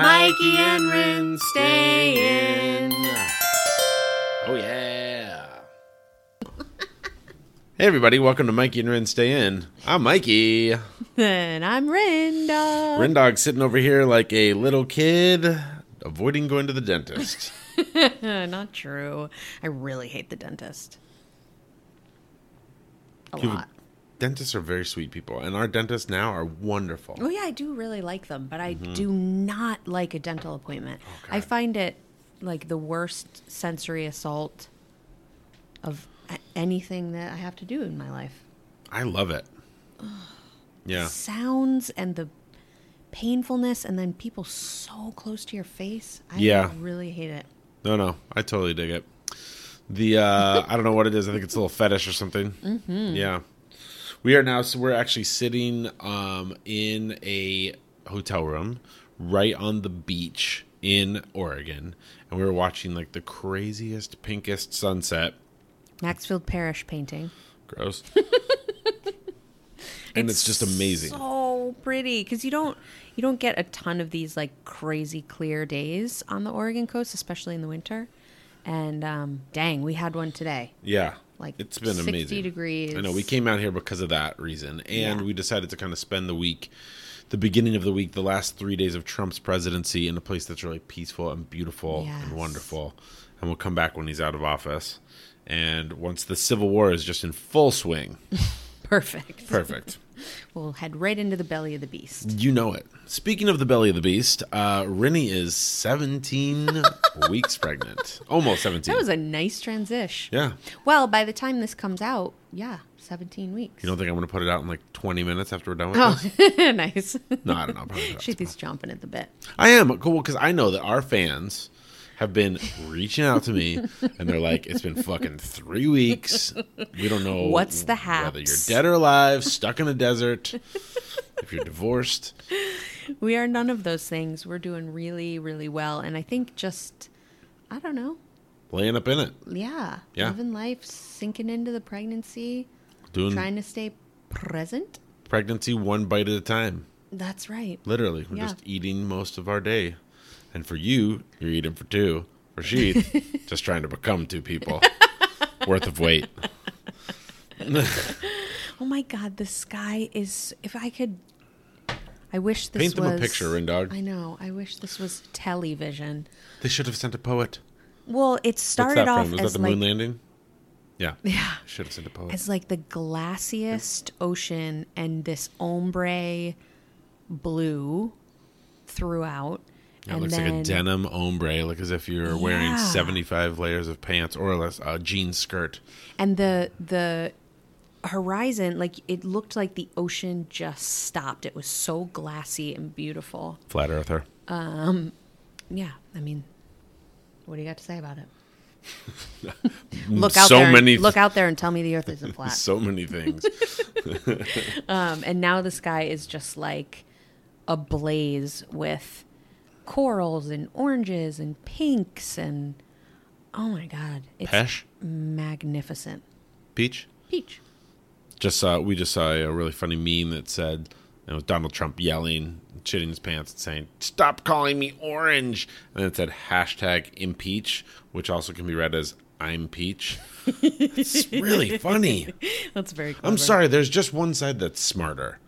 Mikey and Rin stay in. Oh, yeah. hey, everybody. Welcome to Mikey and Rin Stay In. I'm Mikey. Then I'm Rinda. Rendog's sitting over here like a little kid, avoiding going to the dentist. Not true. I really hate the dentist. A People- lot. Dentists are very sweet people, and our dentists now are wonderful. Oh yeah, I do really like them, but I Mm-hmm. do not like a dental appointment. Oh, I find it like the worst sensory assault of a- anything that I have to do in my life. I love it. Yeah. Sounds and the painfulness and then people so close to your face. I Yeah. really hate it. No, no, I totally dig it. The uh I don't know what it is. I think it's a little fetish or something. Mm-hmm. Yeah, we are now. So we're actually sitting um in a hotel room right on the beach in Oregon, and we were watching like the craziest pinkest sunset. Maxfield Parrish painting. Gross. and it's, just amazing. So pretty because you don't you don't get a ton of these like crazy clear days on the Oregon coast, especially in the winter. And um, dang, we had one today. Yeah. Like, it's been 60 amazing. degrees. I know we came out here because of that reason and Yeah. we decided to kind of spend the week the beginning of the week, the last 3 days of Trump's presidency in a place that's really peaceful and beautiful Yes. and wonderful. And we'll come back when he's out of office. And once the civil war is just in full swing. Perfect. Perfect. We'll head right into the belly of the beast. you know it. Speaking of the belly of the beast, uh Rennie is 17 weeks pregnant. Almost 17. That was a nice transition. yeah. Well, by the time this comes out, yeah, seventeen weeks. You don't think I'm going to put it out in like 20 minutes after we're done with this? oh, nice. No, I don't know. Probably not. She's chomping at the bit. I am cool because I know that our fans have been reaching out to me and they're like, "It's been fucking three weeks. We don't know What's the Whether you're haps?" dead or alive, stuck in a desert, if you're divorced, We are none of those things. We're doing really, really well, and I think just I don't know. laying up in it, Yeah. Yeah. Living life, sinking into the pregnancy, doing trying to stay present. pregnancy one bite at a time. That's right. Literally, we're Yeah. just eating most of our day, and for you, you're eating for two. For Sheath, just trying to become two people worth of weight. Oh my God, the sky is. If I could. I wish this Paint them was. a picture, Rindog. I know. I wish this was television. They should have sent a poet. Well, it What's started that off from? Was as that the like moon landing? Yeah. Yeah. Should have sent a poet. as like the glassiest ocean and this ombre blue throughout. Yeah, it looks like a denim ombre, like as if you're wearing Yeah. 75 layers of pants or less a jean skirt. and the the horizon like it looked like the ocean just stopped it was so glassy and beautiful Flat earther. yeah i mean what do you got to say about it look out so there many and, look out there and tell me the earth isn't flat So many things. um, and now the sky is just like ablaze with corals and oranges and pinks and oh my god it's Pesh, magnificent peach. peach Just saw we just saw a really funny meme that said it was Donald Trump yelling, shitting his pants, and saying "Stop calling me orange," and then it said hashtag impeach, which also can be read as "I'm peach." it's really funny. that's very clever. I'm sorry, there's just one side that's smarter.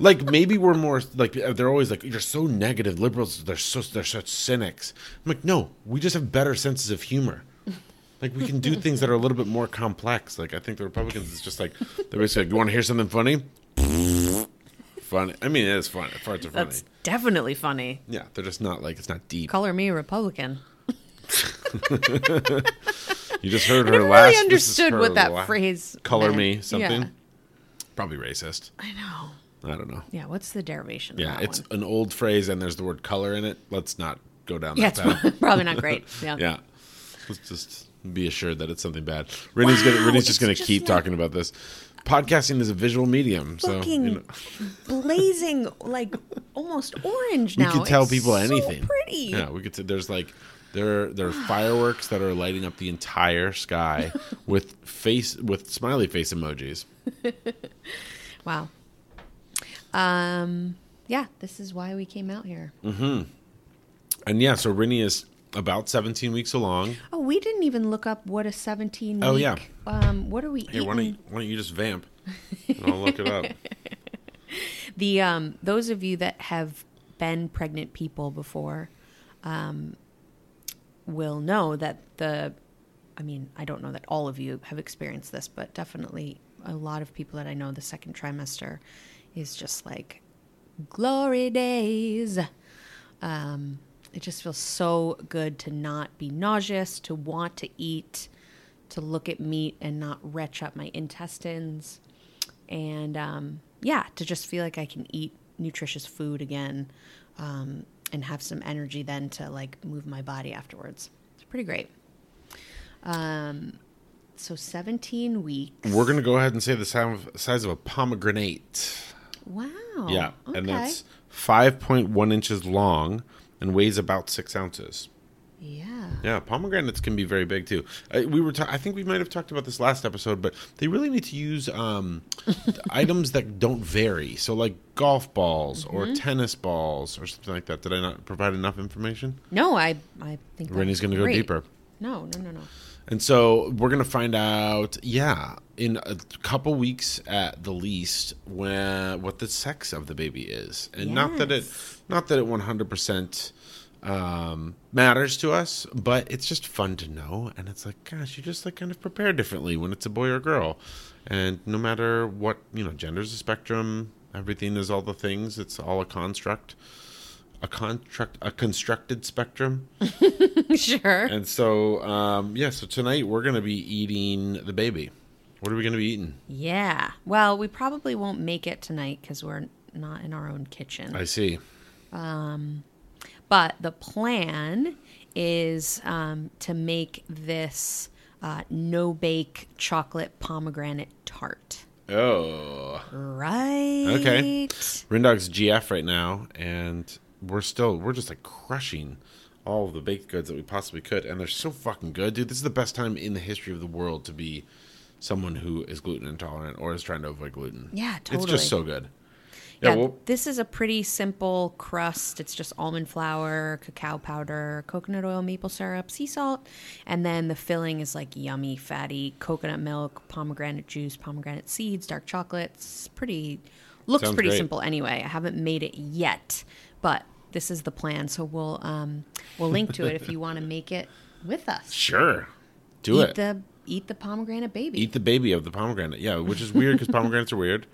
like maybe we're more like uh, they're always like you're so negative liberals they're so they're such cynics. I'm like no, we just have better senses of humor. Like we can do things that are a little bit more complex. Like I think the Republicans is just like they're basically like, you want to hear something funny? funny. I mean, it is fun. Parts are funny. that's definitely funny Yeah, they're just not like it's not deep. color me a republican You just heard her never last. really this is understood her what that la- phrase Color meant. me something. Yeah. Probably racist. I know. I don't know. Yeah, what's the derivation? Yeah, of that it's one? an old phrase, and there's the word color in it. Let's not go down yeah, that it's path. probably not great. Yeah, yeah, let's just be assured that it's something bad. Rennie's gonna Rennie's it's just gonna just keep like- talking about this. Podcasting is a visual medium, so you fucking know, blazing, like almost orange we now. could tell It's people so anything. Pretty. Yeah, we could. T- there's like there there are fireworks that are lighting up the entire sky with face with smiley face emojis. Wow. Um. Yeah, this is why we came out here. Mm. And yeah, so Rini is about 17 weeks along. Oh, we didn't even look up what a 17 Oh, week- yeah. Um, what are we Hey, why eating? don't, you, why don't you just vamp? And I'll look it up. The um, those of you that have been pregnant people before um, will know that the I mean, I don't know that all of you have experienced this, but definitely a lot of people that I know the second trimester is just like glory days. Um, it just feels so good to not be nauseous, to want to eat, to look at meat and not retch up my intestines and um, yeah, to just feel like I can eat nutritious food again um, and have some energy then to like move my body afterwards. It's pretty great. Um, so 17 weeks. We're going to go ahead and say the size of, size of a pomegranate. Wow. yeah. Oh, Okay. And that's 5.1 inches long and weighs about six ounces. yeah. Yeah, pomegranates can be very big too. Uh, we were, ta- I think we might have talked about this last episode, but they really need to use um, items that don't vary. So, like golf balls Mm-hmm. or tennis balls or something like that. Did I not provide enough information? No, I I think that's Rennie's gonna go great. deeper. No, no, no, no. And so we're gonna find out, yeah, in a couple weeks at the least, when what the sex of the baby is, and not that it, not that it one hundred percent um, matters to us, but it's just fun to know, and it's like, gosh, you just like kind of prepare differently when it's a boy or girl, and no matter what, you know, gender's a spectrum, everything is all the things, it's all a construct, a construct, a constructed spectrum. sure. And so, um, yeah, so tonight we're going to be eating the baby. What are we going to be eating? yeah. Well, we probably won't make it tonight because we're not in our own kitchen. I see. But the plan is um, to make this uh, no bake chocolate pomegranate tart. Oh. Right. Rindog's GF right now, and we're still, we're just like crushing all of the baked goods that we possibly could. And they're so fucking good, dude. This is the best time in the history of the world to be someone who is gluten intolerant or is trying to avoid gluten. Yeah, It's totally. just so good. Yeah. Yeah, well, this is a pretty simple crust. It's just almond flour, cacao powder, coconut oil, maple syrup, sea salt, and then the filling is like yummy, fatty coconut milk, pomegranate juice, pomegranate seeds, dark chocolates. Pretty looks Sounds pretty great. simple anyway. I haven't made it yet, but this is the plan. So we'll um, we'll link to it if you want to make it with us. sure. Do Eat it. the eat the pomegranate baby. eat the baby of the pomegranate. Yeah, which is weird because pomegranates are weird.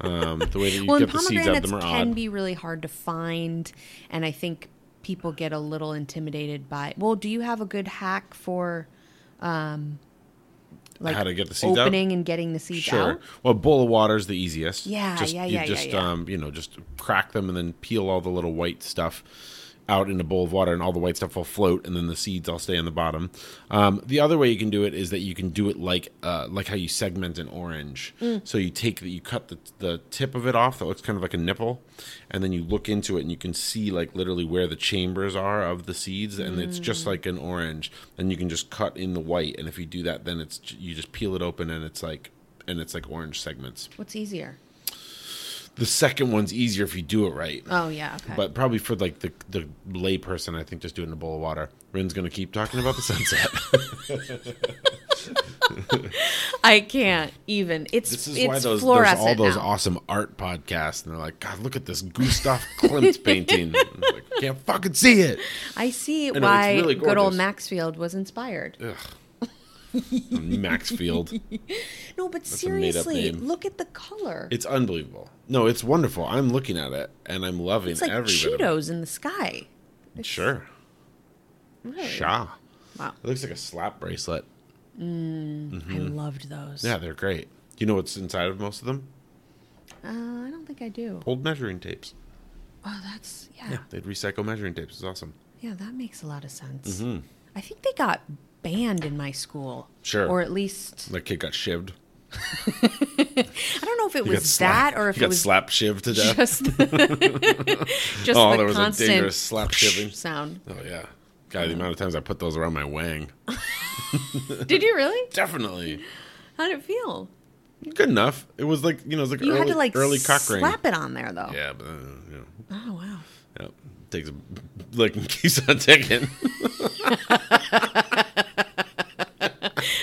Um, the way that you well, and get the seeds out of pomegranates them are can odd. be really hard to find, and I think people get a little intimidated by. Well, do you have a good hack for, um, like How to get the seeds out? opening and getting the seeds sure. out? Well, a bowl of water is the easiest. Yeah, just, yeah, you yeah, yeah, Just yeah. um, you know, just crack them and then peel all the little white stuff out in a bowl of water, and all the white stuff will float, and then the seeds all stay on the bottom. Um, the other way you can do it is that you can do it like uh, like how you segment an orange. Mm. So you take you cut the the tip of it off that looks kind of like a nipple, and then you look into it and you can see like literally where the chambers are of the seeds, and it's Mm. just like an orange. And you can just cut in the white, and if you do that, then it's you just peel it open, and it's like and it's like orange segments. What's easier? The second one's easier if you do it right. Oh yeah, okay. But probably for like the the lay person, I think just doing a bowl of water. Rin's gonna keep talking about the sunset. I can't even. It's this is it's why those there's fluorescent all those now. awesome art podcasts, and they're like, God, look at this Gustav Klimt painting. And it's like, Can't fucking see it. I see know, it's why really good old gorgeous. Maxfield was inspired. Maxfield. no, but a made-up seriously, name. look at the color. It's unbelievable. No, it's wonderful. I'm looking at it and I'm loving It's like every bit of Cheetos in the sky. it. Sure. Really? Shaw. Wow, It looks like a slap bracelet. I loved those. Mm-hmm. Yeah, they're great. Do you know what's inside of most of them? Uh, I don't think I do. Old measuring tapes. Oh, that's yeah. Yeah, Yeah, they'd recycle measuring tapes. It's awesome. that makes a lot of sense. Mm-hmm. I think they got banned in my school. Sure. Or at least The kid got shivved. I don't know if it He got was slapped- that or if he it got was slap shivved to death. just the, just Oh, the there was a constant dangerous slap shivving. sound. Oh yeah, God, the amount of times I put those around my wang. Did you really? Definitely How did it feel? good enough. It was like you know, it was like You early, had to like early cock ring. slap it on there though. Yeah, but uh, you know, Oh wow. Yep. Takes a lick and keeps on ticking.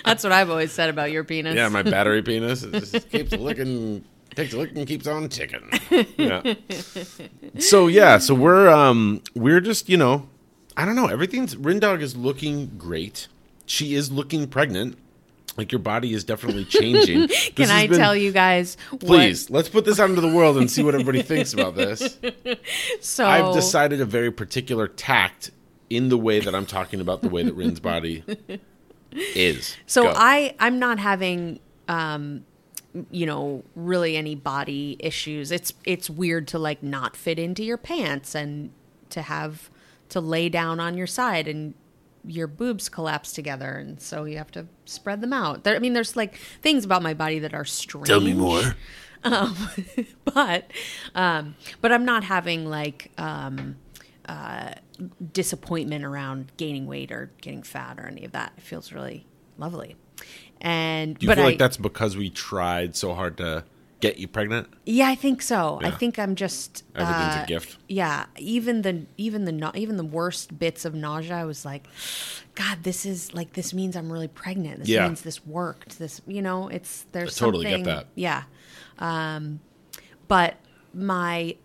That's what I've always said about your penis. yeah, my battery penis it just keeps licking, takes a lick and keeps on ticking. Yeah. So yeah, so we're um we're just you know, I don't know. Everything's Rindog is looking great. She is looking pregnant. Like your body is definitely changing. Can I tell you guys? Please, let's put this out into the world and see what everybody thinks about this. Oh. What, so I've decided a very particular tact in the way that I'm talking about the way that Rin's body is. So Go. I I'm not having um you know really any body issues. It's it's weird to like not fit into your pants and to have to lay down on your side and your boobs collapse together and so you have to spread them out. There, I mean there's like things about my body that are strange. more. Um, but um but I'm not having like um uh disappointment around gaining weight or getting fat or any of that. It feels really lovely. And Do you but feel I, like that's because we tried so hard to get you pregnant? Yeah, I think so. I Yeah. think I'm just Everything's uh, a gift. Yeah, even the even the na- even the worst bits of nausea, I was like, God, this is like this means I'm really pregnant. This Yeah. means this worked. This you know, it's there's I totally get something- that. Yeah, um, but my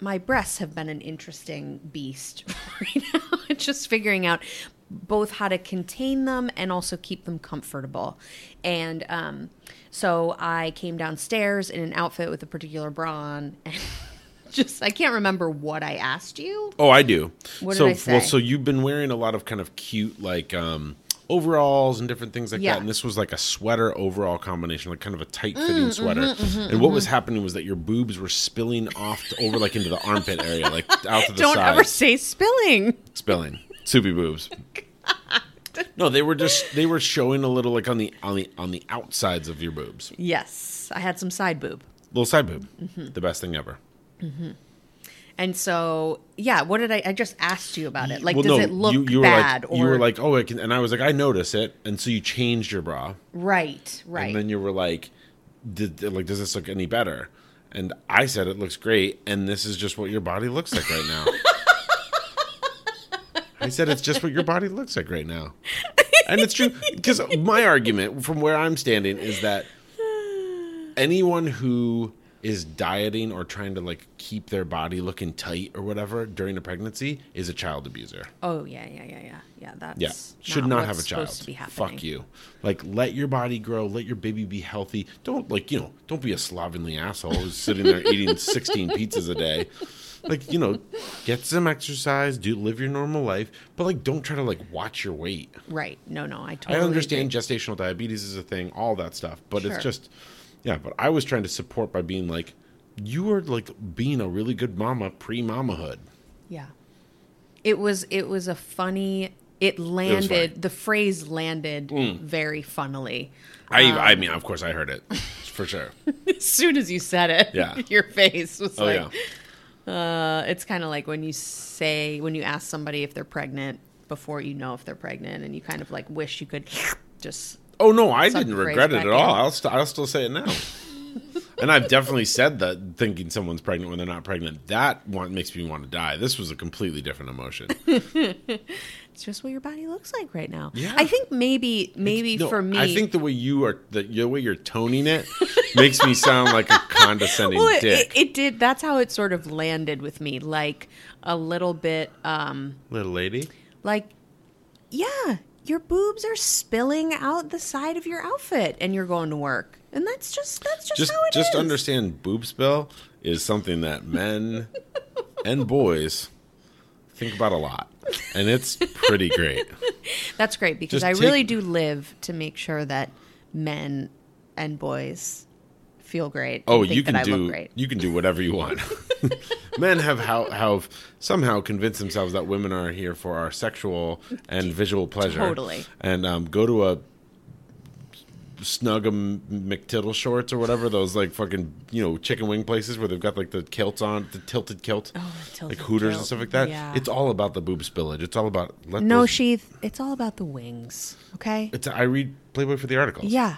my breasts have been an interesting beast right now. just figuring out both how to contain them and also keep them comfortable. And um, so I came downstairs in an outfit with a particular bra on. And just I can't remember what I asked you. Oh, I do. What did so, I say? Well, so you've been wearing a lot of kind of cute, like um, overalls and different things like Yeah. that. And this was like a sweater overall combination, like kind of a tight fitting Mm, sweater. mm-hmm, and what was happening was that your boobs were spilling off to, over, like into the armpit area, like out to the Don't side, ever say spilling. spilling soupy boobs. No, they were just they were showing a little like on the on the on the outsides of your boobs. Yes, I had some side boob. Little side boob. Mm-hmm. The best thing ever. And so, yeah, what did I? I just asked you about it. Like, Well, does no, it look you, you were bad? Like, or you were like, oh, I can, and I was like, I notice it, and so you changed your bra, right, right. and then you were like, did, like, does this look any better? And I said it looks great, and this is just what your body looks like right now. I said it's just what your body looks like right now, and it's true because my argument from where I'm standing is that anyone who is dieting or trying to like keep their body looking tight or whatever during a pregnancy is a child abuser. oh yeah, yeah, yeah, yeah, yeah. That's Yeah, should not, have a what's child. supposed to be happening. Fuck you. Like, let your body grow. Let your baby be healthy. Don't like you know. Don't be a slovenly asshole who's sitting there eating sixteen pizzas a day. Like you know, get some exercise. Do live your normal life, but like don't try to like watch your weight. Right? No, no, I I totally understand Agree. gestational diabetes is a thing, all that stuff, but Sure. it's just yeah. But I was trying to support by being like, you are like being a really good mama pre mamahood. Yeah, it was it was a funny. It landed. The phrase landed Mm. very funnily. I I Um, mean, of course, I heard it for sure. As soon as you said it, Yeah. your face was Oh like, yeah. Uh, it's kind of like when you say when you ask somebody if they're pregnant before you know if they're pregnant, and you kind of like wish you could just. Oh no, I Suck didn't the regret it phrase at back all. in. I'll st- I'll still say it now. and I've definitely said that thinking someone's pregnant when they're not pregnant. That one makes me want to die. This was a completely different emotion. It's just what your body looks like right now. Yeah. I think maybe maybe No, for me, I think the way you are the, the way you're toning it makes me sound like a condescending well, it, dick. it, it did. That's how it sort of landed with me, like a little bit, um, Little lady. like yeah, your boobs are spilling out the side of your outfit, and you're going to work, and that's just that's just, Just how it is. just understand boob spell is something that men and boys think about a lot. And it's pretty great. That's great because Just I take- really do live to make sure that men and boys feel great. Oh, and think you can that I do look great. you can do whatever you want. Men have how have somehow convinced themselves that women are here for our sexual and visual pleasure. Totally. And um, go to a snug 'em McTittle shorts or whatever those like fucking you know chicken wing places where they've got like the kilts on the tilted kilt, Oh, the tilted like Hooters and kilt. stuff like that. Yeah. It's all about the boob spillage. It's all about let No those- sheath. It's all about the wings. Okay. It's I read Playboy for the article. Yeah,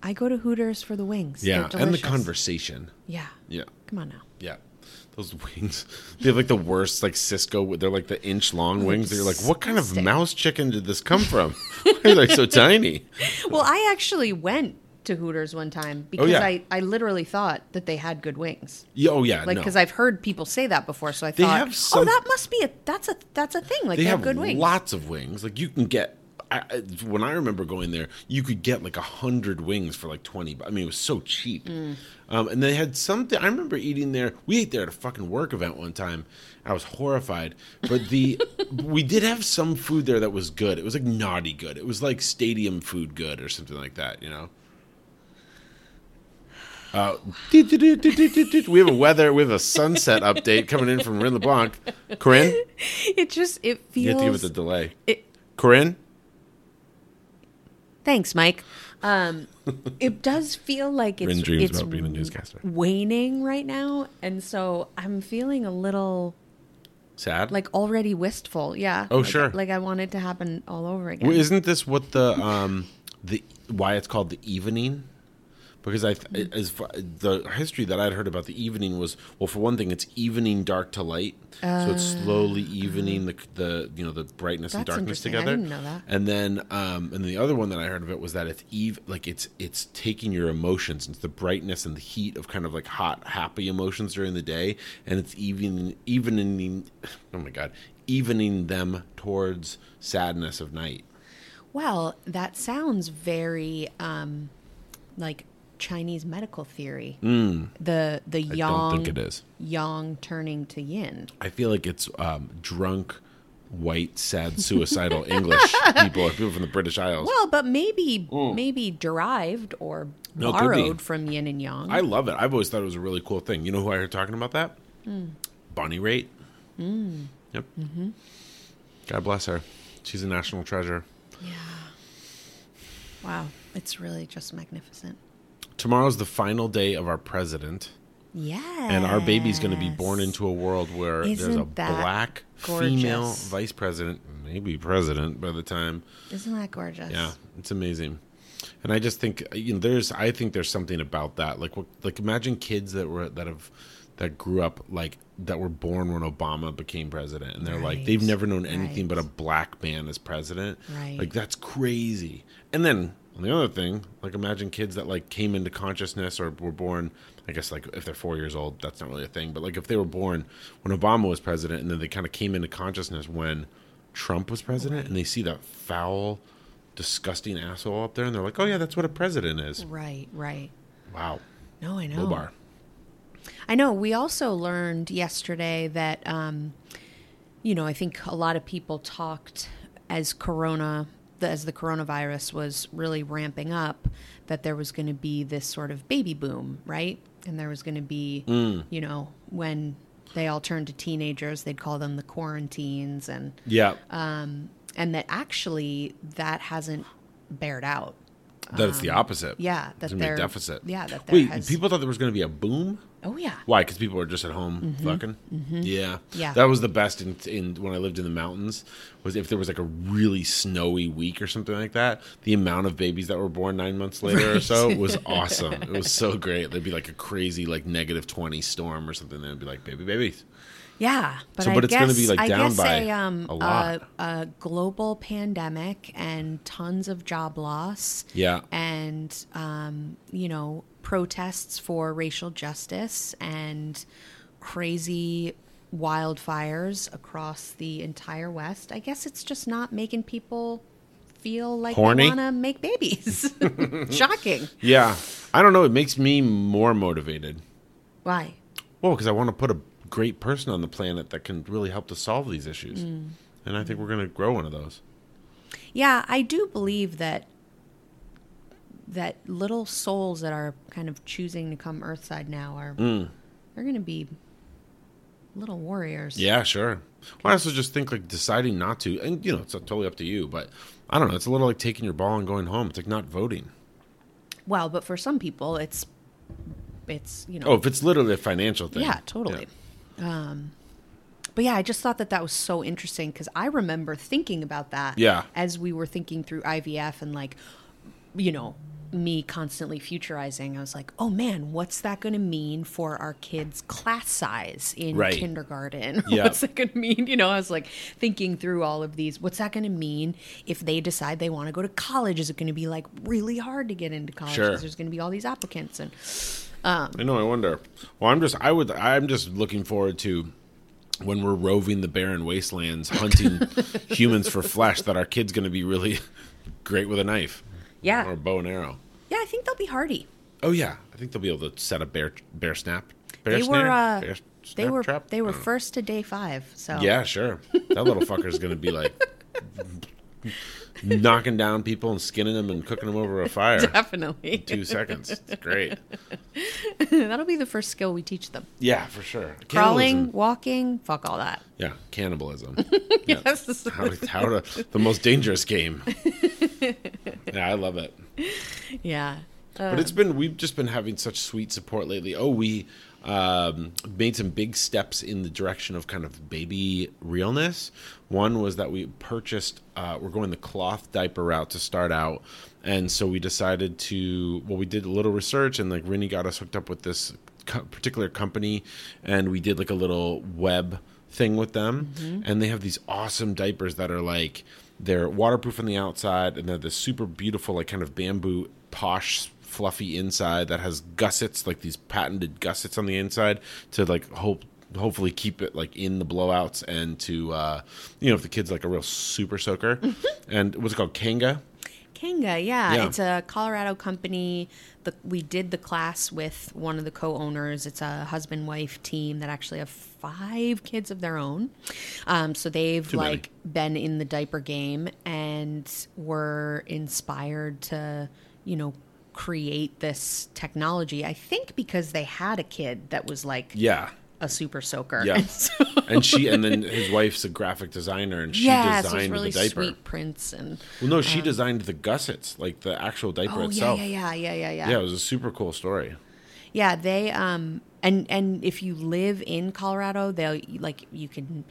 I go to Hooters for the wings. yeah, They're and the delicious. conversation. Yeah. Yeah. Come on now. Yeah. Those wings. They have like the worst, like Cisco. They're like the inch long wings. You're like, what kind of Disgusting. mouse chicken did this come from? Why are they so tiny? Well, I actually went to Hooters one time because Oh, yeah. I, I literally thought that they had good wings. Yeah, Oh yeah, Like no. because I've heard people say that before, so I They thought, have some- oh, that must be a that's a that's a thing. Like they, they have have good wings. lots of wings. Like you can get. I, I- when I remember going there, you could get like a hundred wings for like twenty. bu- I mean, it was so cheap. Mm. Um, and they had something. I remember eating there. We ate there at a fucking work event one time. I was horrified, but the we did have some food there that was good. It was like naughty good. It was like stadium food good or something like that. You know. Uh, do, do, do, do, do, do, do. we have a weather. We have a sunset update coming in from Rin LeBlanc. Corinne, It just it you have to give feels. it the delay. it, Corinne? thanks, Mike. Um, it does feel like it's Rin dreams it's about being a newscaster. waning right now, and so I'm feeling a little Sad? like already wistful. Yeah. Oh, Like- sure. Like I want it to happen all over again. Well, isn't this what the um the why it's called the evening? Because I th- as fa- the history that I'd heard about the evening was well for one thing it's evening dark to light so it's slowly evening the the you know the brightness and Oh, That's darkness interesting. I together didn't know that. and then um and the other one that I heard of it was that it's eve like it's it's taking your emotions it's the brightness and the heat of kind of like hot happy emotions during the day and it's even evening oh my god evening them towards sadness of night Well, that sounds very um, like Chinese medical theory. Hmm. The the yang it is. yang turning to yin. I feel like it's um, drunk, white, sad, suicidal English people, or people from the British Isles. Well, but maybe maybe derived or Hmm. No, it could be. borrowed from yin and yang. I love it. I've always thought it was a really cool thing. You know who I heard talking about that? Mm. Bonnie Raitt. Yep. Mm-hmm. God bless her. She's a national treasure. yeah. Wow, it's really just magnificent. Tomorrow's the final day of our president, Yeah. and our baby's going to be born into a world where there's Isn't a that black female gorgeous? vice president, maybe president by the time. Isn't that gorgeous? Yeah, it's amazing. And I just think you know, there's I think there's something about that. Like what like imagine kids that were that have that grew up like that were born when Obama became president and they're like they've Right, never known anything but a right. black man as president. Right. Like that's crazy. And then on the other thing, like imagine kids that like came into consciousness or were born I guess like if they're four years old, that's not really a thing. But like if they were born when Obama was president and then they kind of came into consciousness when Trump was president and they see that foul, disgusting asshole up there and they're like, Oh yeah, that's what a president is. Right, right. Wow. No, I know. No bar. I know. We also learned yesterday that, um, you know, I think a lot of people talked as Corona, the, as the coronavirus was really ramping up, that there was going to be this sort of baby boom, right? And there was going to be, Mm. you know, when they all turned to teenagers, they'd call them the quarantines, and Yeah. Uh, and that actually that hasn't bared out. that it's the opposite. yeah, that There's gonna be a there- deficit. yeah, that there Wait, has- people thought there was gonna be a boom? Oh yeah, Why? Because people are just at home fucking. Yeah, Yeah. That was the best in, in when I lived in the mountains. Was if there was like a really snowy week or something like that, the amount of babies that were born nine months later or so was awesome. it was so great. There'd be like a crazy like negative twenty storm or something. They'd be like baby babies. Yeah, but, So, I but it's gonna guess- be, like, I down guess by a, um, a lot. A, a global pandemic and tons of job loss. Yeah. and um, you know protests for racial justice and crazy wildfires across the entire West. I guess it's just not making people feel like Horny? they want to make babies. Shocking. Yeah, I don't know. It makes me more motivated. Why? Well, because I want to put a great person on the planet that can really help to solve these issues, and I think we're gonna grow one of those. Yeah, I do believe that that little souls that are kind of choosing to come earthside now are they're going to be little warriors. Yeah, sure. Well, I also just think like deciding not to, and you know, it's totally up to you. But I don't know. It's a little like taking your ball and going home. It's like not voting. Well, but for some people, it's it's you know Oh, if it's literally a financial thing. yeah totally. Um, but yeah, I just thought that that was so interesting because I remember thinking about that. Yeah. as we were thinking through IVF and like you know me constantly futurizing, I was like, oh man, what's that going to mean for our kids' class size in Right. kindergarten? Yeah. what's that going to mean? You know, I was like thinking through all of these. What's that going to mean if they decide they want to go to college? Is it going to be like really hard to get into college? 'Cause Sure. There's going to be all these applicants. And I know. I wonder. Well, I'm just. I would. I'm just looking forward to when we're roving the barren wastelands, hunting humans for flesh. That our kid's going to be really great with a knife. Yeah. Or a bow and arrow. yeah, I think they'll be hardy. Oh yeah, I think they'll be able to set a bear bear snap. Bear They snare? were, uh, Bear They snap were trap? they were I don't know. first to day five. So Yeah, sure. That little fucker's gonna be like knocking down people and skinning them and cooking them over a fire. definitely. Two seconds. It's great. That'll be the first skill we teach them. Yeah, for sure. Crawling, Cannibalism. walking, fuck all that. Yeah, cannibalism. Yeah. Yes. How, how to, the most dangerous game. Yeah, I love it. yeah. But it's been we've just been having such sweet support lately. Oh, we um, made some big steps in the direction of kind of baby realness. One was that we purchased uh, we're going the cloth diaper route to start out, and so we decided to well we did a little research and like Rennie got us hooked up with this co- particular company, and we did like a little web thing with them, and they have these awesome diapers that are like they're waterproof on the outside and they're this super beautiful like kind of bamboo posh fluffy inside that has gussets like these patented gussets on the inside to like hope hopefully keep it like in the blowouts and to uh you know if the kid's like a real super soaker Mm-hmm. and what's it called kanga Kanga, yeah. Yeah. It's a Colorado company. The, we did the class with one of the co owners. It's a husband wife team that actually have five kids of their own. Um, so they've many. like been in the diaper game and were inspired to, you know, create this technology. I think because they had a kid that was like yeah a super soaker. yeah And so- and she and then his wife's a graphic designer and she yeah, so it's designed really the diaper sweet prints and well no she designed the gussets like the actual diaper oh yeah, itself yeah, yeah, yeah, yeah, yeah. yeah it was a super cool story Yeah, they um and and if you live in Colorado, they'll like you can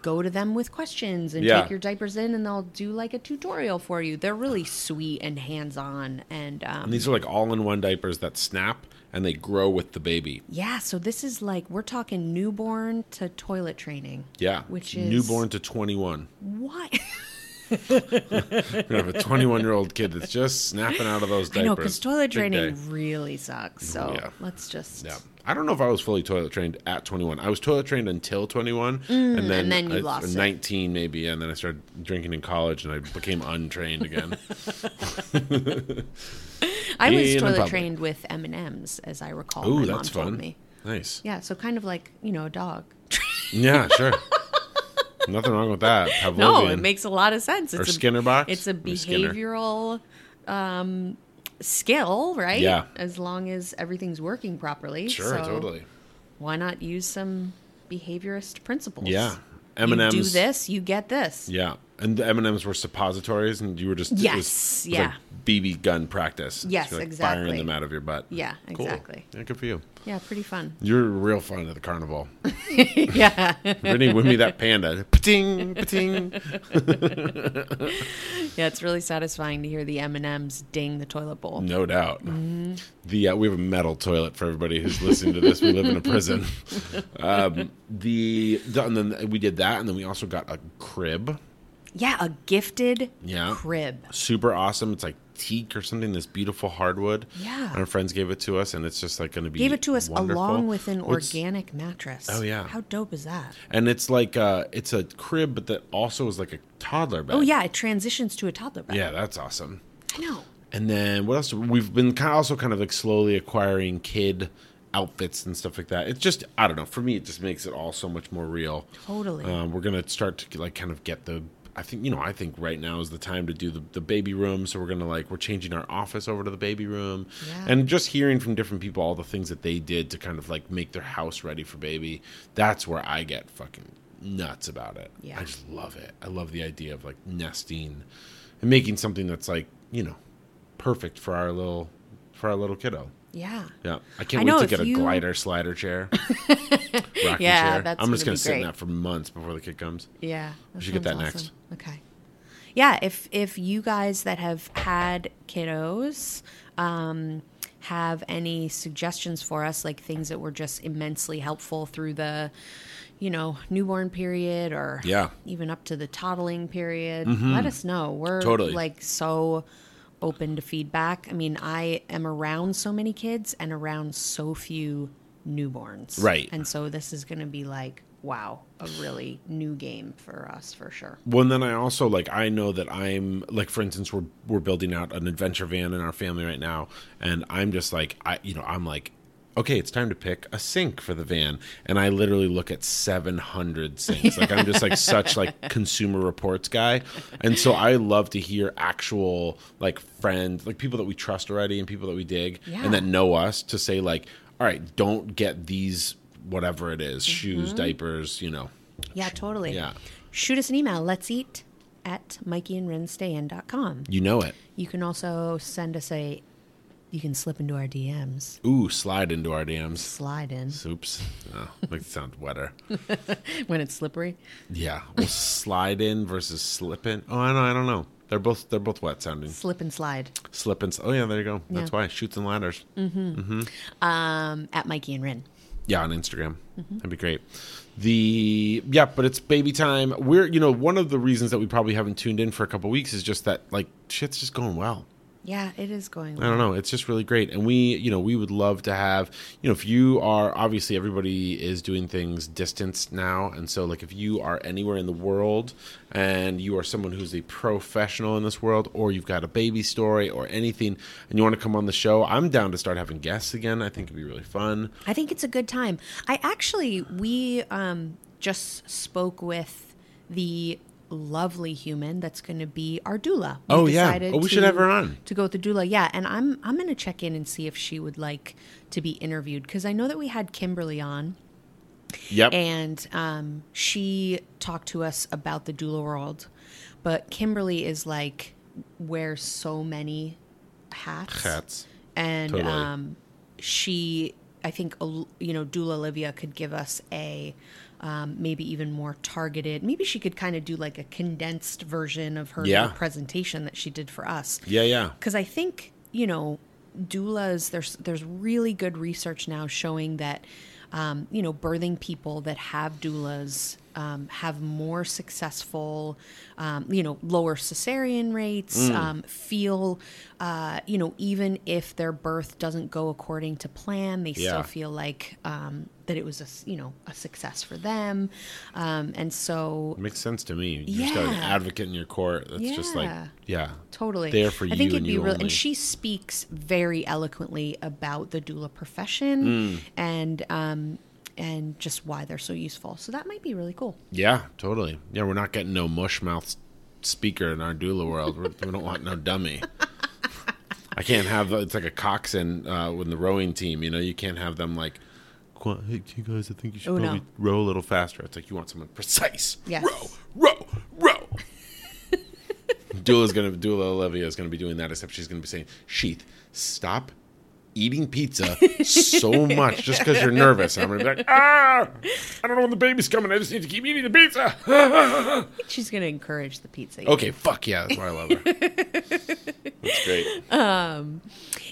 go to them with questions and Yeah. take your diapers in and they'll do like a tutorial for you. They're really sweet and hands-on and um And these are like all-in-one diapers that snap and they grow with the baby. yeah, so this is like we're talking newborn to toilet training. Yeah, Which is newborn to 21. What? We have a 21-year-old kid that's just snapping out of those I diapers. know cuz toilet Big training day. really sucks. So Yeah. let's just Yeah, I don't know if I was fully toilet trained at 21. I was toilet trained until 21, and then, Mm, and then you I- lost it. 19 maybe, and then I started drinking in college, and I became untrained again. I in was toilet public. trained with M&Ms as I recall. Ooh, my mom that's told fun. me. Nice. Yeah, so kind of like, you know, a dog. Yeah, sure. Nothing wrong with that. Pavlovian. No, it makes a lot of sense. It's or a, Skinner box. It's a Or Skinner. behavioral um, skill, right? Yeah. As long as everything's working properly. Sure, So totally. Why not use some behaviorist principles? Yeah, You M&Ms. do this, you get this. Yeah, and the M and M's were suppositories, and you were just it was- it Yes, was yeah. like BB gun practice. Yes, You're, like, Firing exactly. them out of your butt. Yeah, Cool. exactly. Yeah, good for you. Yeah, pretty fun. You're real fun at the carnival. yeah. Brittany, win me that panda. Pating, pating. Yeah, it's really satisfying to hear the M&Ms ding the toilet bowl. No doubt. Mm-hmm. The uh, we have a metal toilet for everybody who's listening to this. We live in a prison. Um, the, the and then we did that, and then we also got a crib. Yeah, a gifted Yeah. crib. super awesome. It's like teak or something. This beautiful hardwood. Yeah. our friends gave it to us, and it's just like going to be Gave it to us wonderful. along with an It's- organic mattress. Oh, yeah. How dope is that? And it's like uh, it's a crib, but that also is like a toddler bed. Oh, yeah, it transitions to a toddler bed. yeah, that's awesome. I know. And then what else? We've been kind of also kind of like slowly acquiring kid outfits and stuff like that. It's just I don't know. For me, it just makes it all so much more real. Totally. Um, we're gonna start to like kind of get the. I think you know. I think right now is the time to do the, the baby room. So we're gonna like we're changing our office over to the baby room, Yeah. and just hearing from different people all the things that they did to kind of like make their house ready for baby. That's where I get fucking nuts about it. Yeah. I just love it. I love the idea of like nesting and making something that's like you know perfect for our little for our little kiddo. Yeah. Yeah, I can't I wait know, to if get a you- glider slider chair. Rocking Yeah, chair. that's I'm just gonna gonna be sit in great. that for months before the kid comes. Yeah. should get sounds that Okay. yeah, if if you guys that have had kiddos um, have any suggestions for us, like things that were just immensely helpful through the, you know, newborn period or Yeah. Mm-hmm. even up to the toddling period, let us know. We're Totally. like so open to feedback. I mean, I am around so many kids and around so few newborns. Right. And so this is going to be like, wow, a really new game for us for sure. Well, and then I also like I know that I'm like for instance we're we're building out an adventure van in our family right now, and I'm just like I you know I'm like. Okay, it's time to pick a sink for the van, and I literally look at seven hundred sinks. Like I'm just like such like consumer reports guy, and so I love to hear actual like friends, like people that we trust already, and people that we dig, Yeah. and that know us to say like, all right, don't get these whatever it is, shoes, diapers, you know, Yeah, totally. Yeah. Shoot us an email. Let's eat at mikeyandrinstayan.com. you know it. You can also send us a, you can slip into our DMs, Ooh, slide into our DMs. slide in Oops. Oh, makes it sound wetter. when it's slippery. Yeah. Well, slide in versus slip in. Oh, I know. I don't know. They're both they're both wet sounding. Slip and slide Slip and s- oh yeah, there you go. That's Yeah. why shoots and ladders. um, at Mikey and Rin. Yeah, on Instagram. That'd be great. The yeah, but it's baby time. We're you know one of the reasons that we probably haven't tuned in for a couple weeks is just that like shit's just going well. Yeah, it is going I well. don't know. It's just really great. And we, you know, we would love to have, you know, if you are obviously everybody is doing things distance now. And so, like, if you are anywhere in the world and you are someone who's a professional in this world or you've got a baby story or anything and you want to come on the show, I'm down to start having guests again. I think it'd be really fun. I think it's a good time. I actually, we um, just spoke with the lovely human that's going to be our doula. We Oh, yeah. decided Oh, we should have her on. to go with the doula. Yeah, and I'm I'm going to check in and see if she would like to be interviewed because I know that we had Kimberly on Yep. and um, she talked to us about the doula world, but Kimberly is like wears so many hats Cats. and Totally. um, she i think Ol- you know dula olivia could give us a um, maybe even more targeted maybe she could kind of do like a condensed version of her Yeah. little presentation that she did for us Yeah, yeah. because i think you know doulas there's there's really good research now showing that um, you know birthing people that have doulas um, have more successful um, you know lower cesarean rates Mm. um, feel uh, you know even if their birth doesn't go according to plan they Yeah. still feel like um, that it was a s- you know a success for them um, and so Makes sense to me. You just got an Yeah. advocate in your court. That's just like, Yeah. yeah. totally There for I you think it'd and be you real- only. and she speaks very eloquently about the doula profession Mm. and um and just why they're so useful. So that might be really cool. Yeah, totally. Yeah, we're not getting no mush mouth s- speaker in our doula world. We're, we don't want no dummy. I can't have it's like a coxswain uh, when the rowing team. You know, you can't have them like. "Qu- Hey, you guys, I think you should Oh, no. probably row a little faster. It's like you want someone precise. Yes. Row, row, row. Doula's gonna doula Olivia is gonna be doing that, except she's gonna be saying, "Sheath, stop." Eating pizza so much just because you're nervous, and I'm gonna be like, ah, I don't know when the baby's coming. I just need to keep eating the pizza. I think she's going to encourage the pizza. Okay, fuck yeah, that's why I love her. that's great.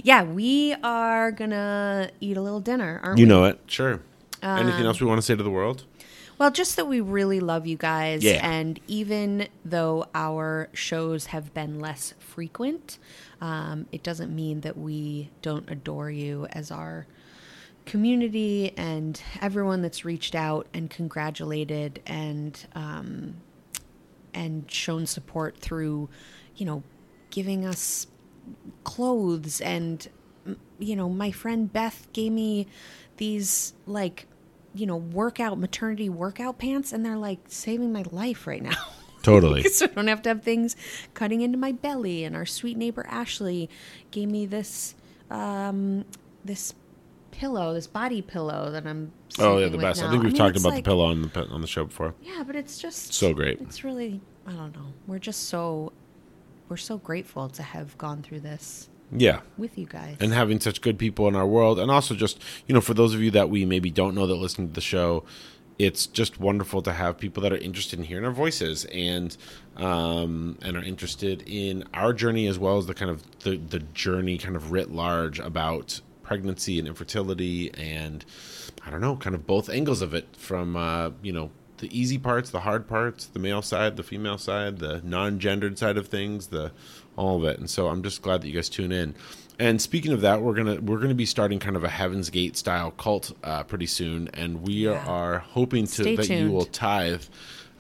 Yeah, we are going to eat a little dinner, aren't You we? know it. Sure. Um, Anything else we want to say to the world? Well, just that we really love you guys. Yeah. And even though our shows have been less frequent, um, it doesn't mean that we don't adore you as our community and everyone that's reached out and congratulated and um, and shown support through, you know, giving us clothes and m- you know my friend beth gave me these like you know workout maternity workout pants and they're like saving my life right now Totally. so i don't have to have things cutting into my belly and our sweet neighbor ashley gave me this um this pillow this body pillow that i'm oh yeah, sleeping the with best. I now. think we've mean, talked it's about like- the pillow on the pe- on the show before. yeah but it's just So great. it's really i don't know we're just so we're so grateful to have gone through this Yeah. with you guys and having such good people in our world and also just you know for those of you that we maybe don't know that listen to the show it's just wonderful to have people that are interested in hearing our voices and um, and are interested in our journey as well as the kind of the, the journey kind of writ large about pregnancy and infertility and I don't know, kind of both angles of it from uh, you know the easy parts, the hard parts, the male side, the female side, the non-gendered side of things, the all of it. And so I'm just glad that you guys tune in. And speaking of that, we're gonna we're gonna be starting kind of a Heaven's Gate style cult uh, pretty soon, and we Yeah. are hoping to Stay that you tuned. will tithe.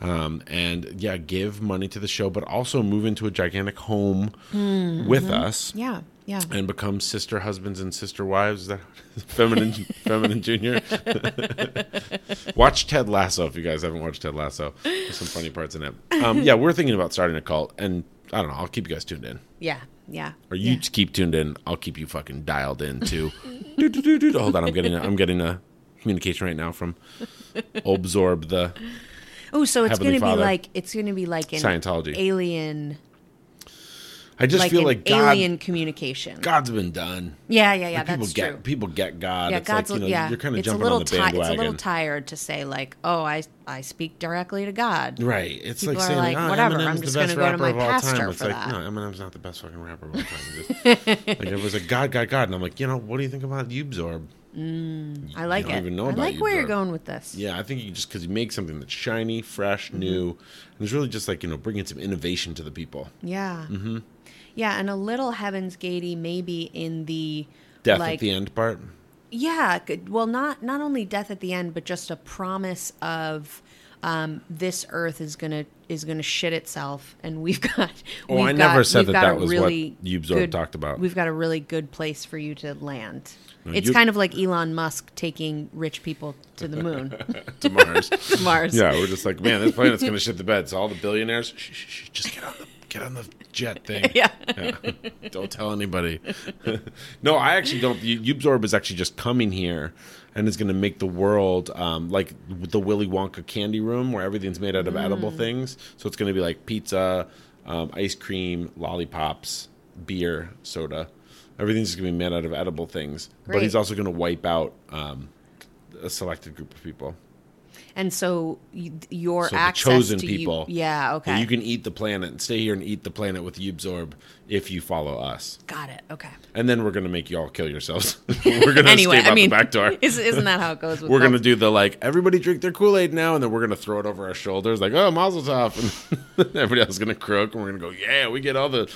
Um, and yeah, give money to the show, but also move into a gigantic home Hmm. Mm-hmm. with us Yeah. Yeah. and become sister husbands and sister wives. Is that feminine, feminine junior. Watch Ted Lasso if you guys haven't watched Ted Lasso. There's some funny parts in it. Um, yeah, we're thinking about starting a cult, and I don't know. I'll keep you guys tuned in, Yeah. Yeah. or you yeah. just keep tuned in. I'll keep you fucking dialed in too. Doo, doo, doo, doo. Hold on, I'm getting a, I'm getting a communication right now from Obsorb the Oh, so it's Heavenly going to be Father. like it's going to be like an Scientology. alien, I just like feel an like God, alien communication. God's been done. yeah, yeah, yeah. people That's get true. people get God. Yeah, it's God's like, you know, yeah. you're kind of it's a jumping little on the ti- bandwagon. It's a little tired to say like, oh, I I speak directly to God. Right. It's People like are saying, like, like, oh, "Whatever, Eminem's I'm the just best gonna go rapper to my of all pastor time. It's for like, that. no, Eminem's not the best fucking rapper of all time. Just, like, it was a God, God, God. And I'm like, you know, what do you think about Ubsorb? I like don't it. even know I about like you, where you're Barb. going with this. Yeah, I think you just because you make something that's shiny, fresh, Mm-hmm. new, and it's really just like, you know, bringing some innovation to the people. Yeah. Mm-hmm. Yeah, and a little Heaven's Gatey maybe in the Death like at the end part. yeah, good- well not not only death at the end but just a promise of um, this earth is gonna is gonna shit itself, and we've got. Oh, we've I never got- said we've that got that a was what really Yubzorb good- talked about. We've got a really good place for you to land. it's you- kind of like Elon Musk taking rich people to the moon, To Mars. to Mars. yeah, we're just like, man, this planet's gonna shit the bed. So all the billionaires, shh, shh, shh, just get on the get on the jet thing. Yeah. don't tell anybody. no, I actually don't. U- Ubsorb is actually just coming here and is going to make the world um, like the Willy Wonka candy room where everything's made out of edible Mm. things. So it's going to be like pizza, um, ice cream, lollipops, beer, soda. Everything's going to be made out of edible things. But he's Great. also going to wipe out um, a selected group of people. And so y- your So the access chosen to you- people. yeah. And Okay. you can eat the planet and stay here and eat the planet with Ubsorb if you follow us. got it. Okay. And then we're gonna make y'all kill yourselves. we're gonna anyway, escape out I mean, the back door. Is, isn't that how it goes? With We're gonna cults? do the like everybody drink their Kool Aid now, and then we're gonna throw it over our shoulders like oh Mazel Tov, and everybody else is gonna croak, and we're gonna go yeah we get all the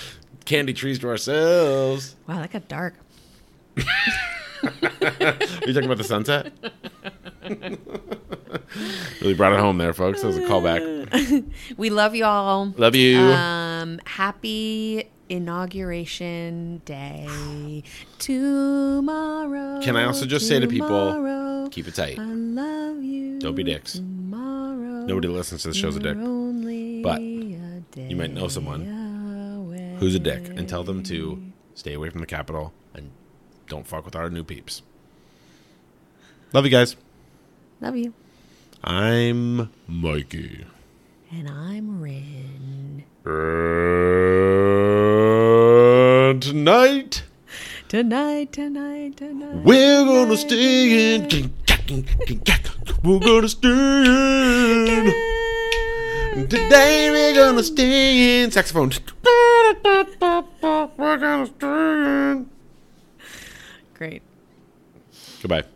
candy trees to ourselves. Wow, that got dark. Are you talking about the sunset? really brought it home there, folks. That was a callback. We love y'all. Love you. Um, happy inauguration day tomorrow. Can I also just say to people, tomorrow, Keep it tight. I love you. Don't be dicks. Tomorrow. Nobody listens to the show's a dick. you're only But a you might know someone day Who's a away. dick? And tell them to stay away from the Capitol and don't fuck with our new peeps. Love you guys. Love you. I'm Mikey. And I'm Rin. And tonight Tonight, tonight, tonight. we're gonna stay in. We're gonna stay in. Today we're gonna stay in. Saxophone. We're gonna stay in. Great. Goodbye.